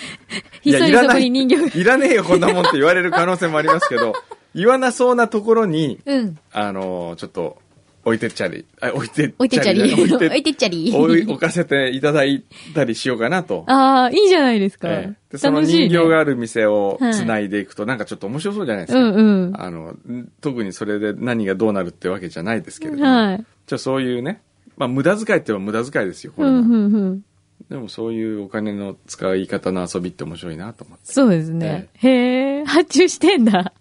Speaker 4: ひっそ
Speaker 3: い
Speaker 4: り
Speaker 3: や
Speaker 4: そこに人形が。
Speaker 3: いらねえよ、こんなもんって言われる可能性もありますけど、言わなそうなところに、
Speaker 4: うん。
Speaker 3: あのちょっと、置いてっちゃり、あ置いてっ
Speaker 4: 置いてっちゃり。 [LAUGHS]
Speaker 3: 置い
Speaker 4: 置い
Speaker 3: て
Speaker 4: てっちゃり。
Speaker 3: 置い置かせていただいたりしようかなと。
Speaker 4: ああ、いいじゃないですか。
Speaker 3: ええでその
Speaker 4: 楽しいね。
Speaker 3: 人形がある店を
Speaker 4: はい
Speaker 3: 繋いでいくと、なんかちょっと面白そうじゃないです
Speaker 4: う
Speaker 3: か。
Speaker 4: んうん。
Speaker 3: あの、ん特にそれで何がどうなるってわけじゃないですけれども、
Speaker 4: はい。
Speaker 3: ちょそういうね、まあ無駄遣いって言えば無駄遣いですよ、こ
Speaker 4: う
Speaker 3: れは
Speaker 4: んうんうん。
Speaker 3: でもそういうお金の使い方の遊びって面白いなと思って、
Speaker 4: そうですね。へえ、発注してんだ。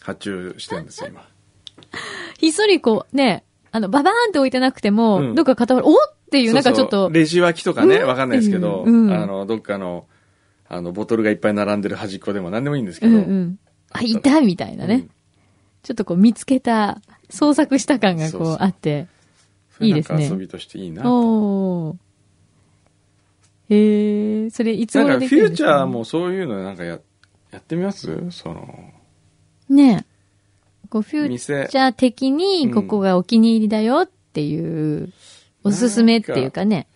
Speaker 3: 発注してるんですよ、今。
Speaker 4: [LAUGHS] ひっそりこう、ね、あの、ババーンって置いてなくても、
Speaker 3: うん
Speaker 4: どっか片方、おっていう、なんかちょっ
Speaker 3: そうそ
Speaker 4: と
Speaker 3: う、レジ脇とかね、
Speaker 4: うん
Speaker 3: わかんないですけど、
Speaker 4: うん
Speaker 3: あの、どっかの、あの、ボトルがいっぱい並んでる端っこでも何でもいいんですけ
Speaker 4: う
Speaker 3: ど、
Speaker 4: んうん。あ、いたみたいなね。
Speaker 3: うん
Speaker 4: ちょっとこう見つけた、創作した感がこ
Speaker 3: そう
Speaker 4: う
Speaker 3: そう
Speaker 4: あって。
Speaker 3: それ
Speaker 4: いいですね
Speaker 3: なんか遊びとしていいなと。
Speaker 4: おー。へえ、それいつ
Speaker 3: なん
Speaker 4: 頃
Speaker 3: か
Speaker 4: でき
Speaker 3: フュ
Speaker 4: るん
Speaker 3: ー
Speaker 4: で
Speaker 3: チ
Speaker 4: す
Speaker 3: ャ
Speaker 4: か
Speaker 3: ーもそういうのなんかや、やってみますその、
Speaker 4: ねえこうフューチ
Speaker 3: 店。
Speaker 4: ャー的にここがお気に入りだよっていう、おすすめっていうかね、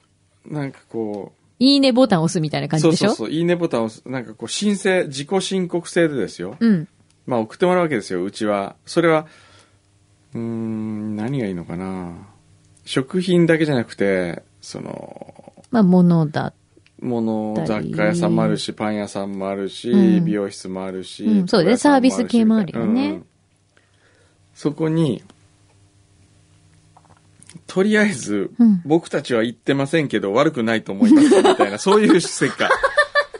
Speaker 3: なんかこう、
Speaker 4: いいねボタン押すみたいな感じ
Speaker 3: そう
Speaker 4: でしょ
Speaker 3: そうそう、いいねボタンを押す、なんかこう、申請、自己申告制でですよ。
Speaker 4: うん。
Speaker 3: まあ送ってもらうわけですよ、うちは。それは、うーん、何がいいのかな食品だけじゃなくて、その、
Speaker 4: まあ、ものだ。
Speaker 3: もの
Speaker 4: だった
Speaker 3: 雑
Speaker 4: り
Speaker 3: 貨屋さんもあるしパン屋さんもあるし、
Speaker 4: うん
Speaker 3: 美容室もあるし、
Speaker 4: うんそう
Speaker 3: 床
Speaker 4: だね
Speaker 3: 屋さん
Speaker 4: サービス系もあるよね
Speaker 3: うんうんそこにとりあえず、
Speaker 4: うん
Speaker 3: 僕たちは行ってませんけど悪くないと思いますみたい
Speaker 4: [LAUGHS]
Speaker 3: なそういうせっか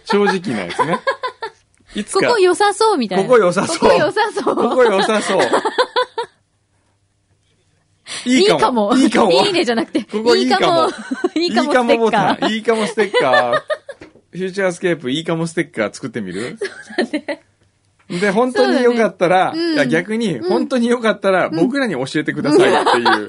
Speaker 3: 正直なやつねいつ
Speaker 4: こ
Speaker 3: か
Speaker 4: こ良さそうみたいな。
Speaker 3: ここ良さそう
Speaker 4: ここ良さそう。
Speaker 3: ここ良さそうい
Speaker 4: い
Speaker 3: い
Speaker 4: い
Speaker 3: か
Speaker 4: か
Speaker 3: も
Speaker 4: も。
Speaker 3: いいかも
Speaker 4: いねじゃなくて。
Speaker 3: ここいいかも
Speaker 4: いいかも。いいかもステッカー。
Speaker 3: いいかもステッカー。フューチャースケープいいかもステッカー作ってみるで、本当によかったら、
Speaker 4: そうだねうん
Speaker 3: いや逆に、本当によかったら、僕らに教えてくださいっていう。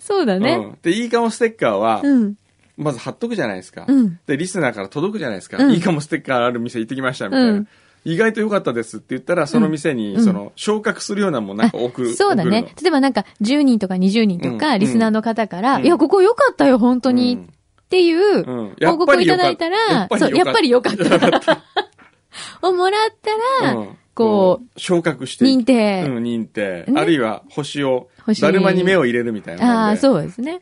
Speaker 4: そうだ
Speaker 3: う
Speaker 4: ね。
Speaker 3: んで、いいかもステッカーは、
Speaker 4: うん。
Speaker 3: まず貼っとくじゃないですか、
Speaker 4: うん
Speaker 3: で、リスナーから届くじゃないですか。
Speaker 4: うん
Speaker 3: いいかもステッカーある店行ってきました、みたいな。
Speaker 4: うん
Speaker 3: 意外と良かったですって言ったら、その店に、
Speaker 4: うん
Speaker 3: その、昇格するようなもんなんか送る。
Speaker 4: そうだ
Speaker 3: 送る
Speaker 4: ね。例えばなんか10人とか20人と
Speaker 3: う
Speaker 4: か
Speaker 3: ん
Speaker 4: リスナーの方から、
Speaker 3: うん
Speaker 4: いや、ここ良かったよ、本当
Speaker 3: の。
Speaker 4: に、
Speaker 3: うん
Speaker 4: っていう
Speaker 3: うんやっぱり良かった
Speaker 4: 報告をいただいたら、そう、やっぱり良かった。をもらったら、
Speaker 3: うん
Speaker 4: こ
Speaker 3: 昇格して
Speaker 4: う、
Speaker 3: い
Speaker 4: 認
Speaker 3: く
Speaker 4: 定。
Speaker 3: うん、認定。
Speaker 4: ね
Speaker 3: あるいは星を、
Speaker 4: 星
Speaker 3: だるまに目を入れるみたいな感じで。
Speaker 4: ああ、そうですね。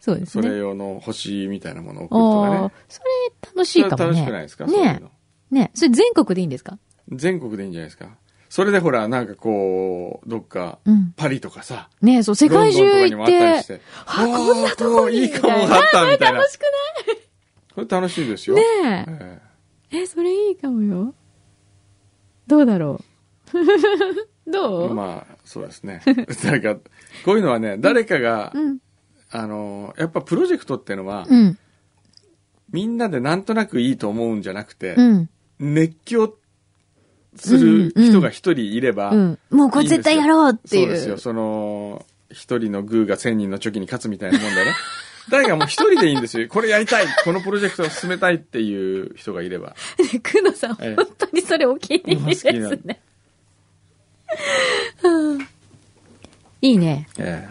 Speaker 4: そうです
Speaker 3: それ
Speaker 4: ね。
Speaker 3: 用の星みたいなものを送るとか
Speaker 4: お
Speaker 3: ね
Speaker 4: ー。それ楽しいかも
Speaker 3: それ楽
Speaker 4: ね。
Speaker 3: しくないですか、そういう
Speaker 4: ね
Speaker 3: の。
Speaker 4: ねそれ全国でいいんですか
Speaker 3: 全国でいいんじゃないですか。それでほら、なんかこう、どっか、
Speaker 4: うん。
Speaker 3: パリとかさ、
Speaker 4: ねそ
Speaker 3: ロ
Speaker 4: う、世界中
Speaker 3: ンド
Speaker 4: 行
Speaker 3: ンとかにもあった
Speaker 4: っ、
Speaker 3: りしてて、
Speaker 4: あ、
Speaker 3: おー
Speaker 4: こんなとこに
Speaker 3: いいかも
Speaker 4: みたいな
Speaker 3: あった
Speaker 4: [LAUGHS]
Speaker 3: みたいな
Speaker 4: 楽。しく
Speaker 3: これ楽しいですよ。
Speaker 4: ないね
Speaker 3: え
Speaker 4: え。え、それいいかもよ。どうだろう。 [LAUGHS]
Speaker 3: え
Speaker 4: どう、
Speaker 3: まあ、そうですね。 [LAUGHS] なんか、こういうのはね、誰かが、
Speaker 4: うん。
Speaker 3: あの、やっぱプロジェクトってのは、
Speaker 4: うん。
Speaker 3: みんなでなんとなくいいと思うんじゃなくて、
Speaker 4: うん。
Speaker 3: 熱狂する人が一人いれば、
Speaker 4: うん。もうこれ絶対やろうってい
Speaker 3: そう
Speaker 4: う。 [LAUGHS]
Speaker 3: ですよ。その、一人のグーが千人のチョキに勝つみたいなもんだよね。 [LAUGHS] 誰かもう一人でいいんですよ。これやりたいこのプロジェクトを進めたいっていう人がいれ
Speaker 4: [LAUGHS]
Speaker 3: ば。
Speaker 4: で、くのさん、
Speaker 3: ええ
Speaker 4: 本当にそれお気に入りです
Speaker 3: もう好き
Speaker 4: ね。 [LAUGHS] いいね。
Speaker 3: え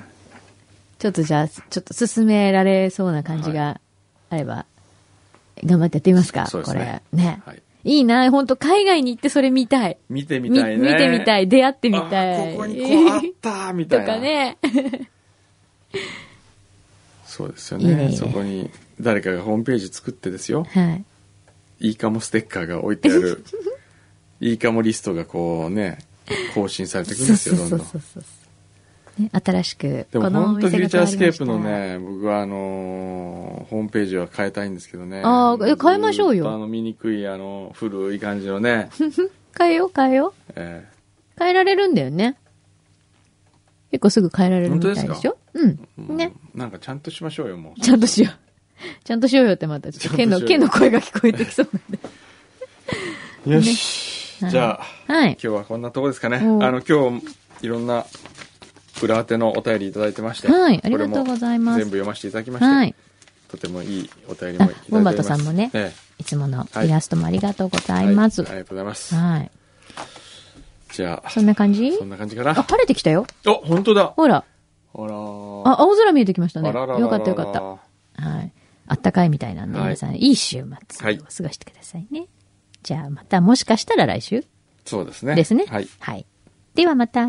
Speaker 4: ちょっとじゃあ、ちょっと進められそうな感じがあれば、頑張ってやってみますか、
Speaker 3: そうで
Speaker 4: こ
Speaker 3: すね
Speaker 4: れ。ね。
Speaker 3: えはい。
Speaker 4: いいな、本当海外に行ってそれ見たい。
Speaker 3: 見てみ
Speaker 4: み
Speaker 3: たいね。
Speaker 4: 見てみたい。出会ってみた
Speaker 3: あ
Speaker 4: い。
Speaker 3: ここにこうあったみた
Speaker 4: [LAUGHS] と
Speaker 3: いな。
Speaker 4: かね。
Speaker 3: そうですよ
Speaker 4: いい
Speaker 3: ね
Speaker 4: ね
Speaker 3: そこに誰かがホームページ作ってですよ。
Speaker 4: はい。
Speaker 3: いいかもステッカーが置いてあ
Speaker 4: [LAUGHS]
Speaker 3: る。いいかもリストがこうね、更新されていくん
Speaker 4: そ
Speaker 3: で
Speaker 4: う
Speaker 3: す
Speaker 4: そ
Speaker 3: よ、
Speaker 4: う
Speaker 3: どんど。
Speaker 4: そうんそうそう。ね、新しく、
Speaker 3: でも
Speaker 4: このお
Speaker 3: 本当フ
Speaker 4: 店
Speaker 3: ュー
Speaker 4: が
Speaker 3: チャースケープ
Speaker 4: 変わ
Speaker 3: の
Speaker 4: りました。
Speaker 3: ね、僕はあのーホームページは変えたいんですけどね。
Speaker 4: あーえ変えましょうよ
Speaker 3: ずっとあの、醜い、あの、古い感じの
Speaker 4: [LAUGHS]
Speaker 3: ね、
Speaker 4: 変えよう、変えよう。
Speaker 3: え
Speaker 4: 変えられるんだよね。結構すぐ変えられるみたいで
Speaker 3: 本当
Speaker 4: すよ。
Speaker 3: ー
Speaker 4: うん。ね。
Speaker 3: うんなんかちゃんとしましょうよ、もう。
Speaker 4: ちゃんとしよう。ちゃんとしようよってまた、ちょっと剣の、
Speaker 3: ちゃんとしようよ
Speaker 4: 剣の声が聞こえてきそうなんで。
Speaker 3: よし。
Speaker 4: ね
Speaker 3: じゃあ、
Speaker 4: はい
Speaker 3: 今。日 [LAUGHS] はこんなとこですかね。あ
Speaker 4: おう
Speaker 3: の、今日、いろんな裏当てのお便りいただいてまして。
Speaker 4: はい
Speaker 3: これも
Speaker 4: ありがとうございます
Speaker 3: 全部読ませていただきまして。
Speaker 4: はい。
Speaker 3: とてもいいお便りもいただいております。
Speaker 4: あウォンバットさんもね
Speaker 3: え
Speaker 4: いつもの
Speaker 3: はい
Speaker 4: イラストもありがとうござ
Speaker 3: え
Speaker 4: います。
Speaker 3: はいあ
Speaker 4: は
Speaker 3: りがとうございます。
Speaker 4: い。
Speaker 3: じゃあ、
Speaker 4: そんな感じ
Speaker 3: そんな感じかな
Speaker 4: あ、。晴れてきたよ。
Speaker 3: お、本当だ。
Speaker 4: ほら。
Speaker 3: ほらー。
Speaker 4: あ、青空見えてきましたね。
Speaker 3: あららららら
Speaker 4: よかったよかった。はい。あったかいみたいなんで、
Speaker 3: はい
Speaker 4: 皆さん、いい週末を過ごしてくださいね。じゃあ、またもしかしたら来週
Speaker 3: そうですね。
Speaker 4: ですね。
Speaker 3: はい。
Speaker 4: はい。ではまた。